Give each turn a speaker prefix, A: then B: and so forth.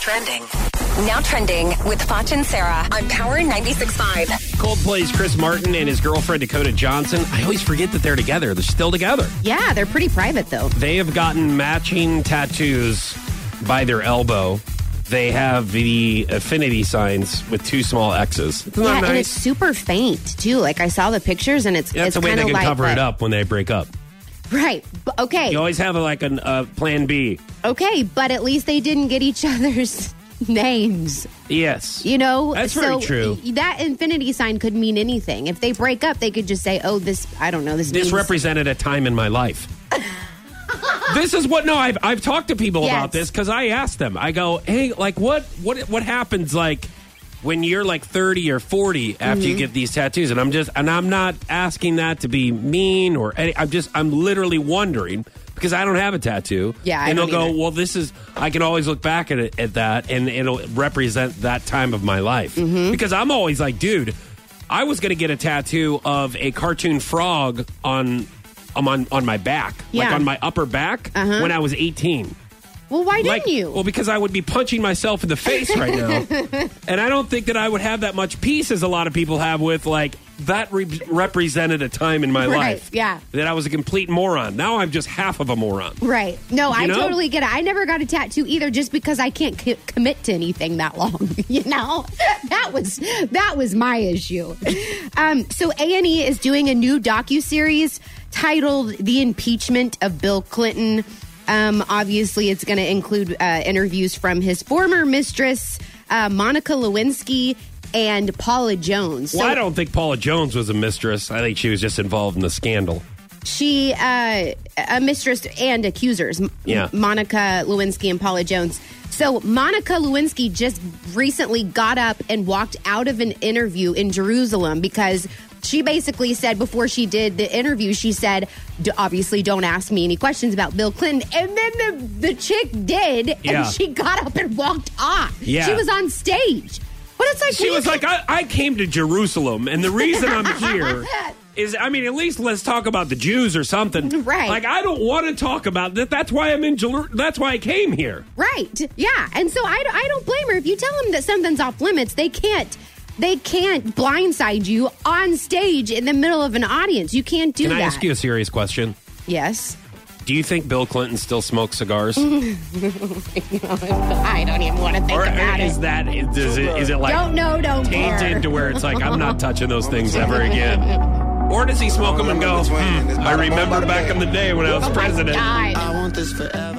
A: trending. Now trending with Foch and Sarah on Power 96.5.
B: Coldplay's Chris Martin and his girlfriend Dakota Johnson. I always forget that they're together. They're still together.
C: Yeah, they're pretty private though.
B: They have gotten matching tattoos by their elbow. They have the affinity signs with two small X's. Isn't
C: yeah,
B: that
C: and it's
B: Oh, nice?
C: super faint too. Like I saw the pictures, and it's
B: That's
C: it's
B: a way
C: kind
B: they
C: of
B: can
C: like
B: cover it
C: that-
B: up when they break up.
C: Right. B- Okay.
B: You always have a, like a uh, plan B.
C: Okay, but at least they didn't get each other's names.
B: Yes.
C: You know,
B: That's
C: so
B: very true.
C: y- That infinity sign could mean anything. If they break up, they could just say, "Oh, this I don't know this."
B: this
C: means-
B: represented a time in my life. this is what no, I've I've talked to people
C: Yes.
B: about this because I asked them. I go, hey, like what what what happens like when you're like 30 or 40 after
C: Mm-hmm.
B: you get these tattoos and I'm just and I'm not asking that to be mean or any, I'm just I'm literally wondering because I don't have a tattoo.
C: Yeah, I
B: and they'll
C: don't
B: go,
C: either.
B: well, this is I can always look back at it, at that and it'll represent that time of my life
C: Mm-hmm.
B: because I'm always like, dude, I was gonna get a tattoo of a cartoon frog on um, on on my back, like
C: Yeah.
B: on my upper back
C: Uh-huh.
B: when I was 18.
C: Well, why didn't
B: Like,
C: you?
B: Well, because I would be punching myself in the face right now, and I don't think that I would have that much peace as a lot of people have with like that re- represented a time in my
C: Right,
B: life.
C: yeah.
B: that I was a complete moron. Now I'm just half of a moron.
C: Right. No, I
B: know?
C: totally get it. I never got a tattoo either just because I can't c- commit to anything that long, you know? That was that was my issue. Um so A&E is doing a new docu-series titled The Impeachment of Bill Clinton. Um obviously it's going to include uh, interviews from his former mistress uh, Monica Lewinsky and Paula Jones. So
B: well, I don't think Paula Jones was a mistress. I think she was just involved in the scandal.
C: she uh, a mistress and accusers M-
B: Yeah.
C: monica lewinsky and paula jones so monica lewinsky just recently got up and walked out of an interview in jerusalem because she basically said before she did the interview she said D- obviously don't ask me any questions about bill clinton and then the, the chick did
B: Yeah.
C: and she got up and walked off
B: Yeah.
C: she was on stage but it's like
B: She
C: we
B: was like, I, I came to Jerusalem, and the reason I'm here is, I mean, at least let's talk about the Jews or something.
C: Right.
B: Like, I don't want to talk about that. That's why I'm in Jeru- That's why I came here.
C: Right. Yeah. And so I, I don't blame her. If you tell them that something's off limits, they can't they can't blindside you on stage in the middle of an audience. You can't do
B: Can
C: that.
B: I ask you a serious question?
C: yes.
B: Do you think Bill Clinton still smokes cigars? or
C: I don't even want to think about
B: is
C: it.
B: that, is, is it, is it like
C: Don't know, don't care.
B: tainted to where it's like, I'm not touching those things ever again? Or does he smoke them and go, hmm, I remember back in the day when I was
C: Oh my
B: president?
C: God.
D: I want this forever.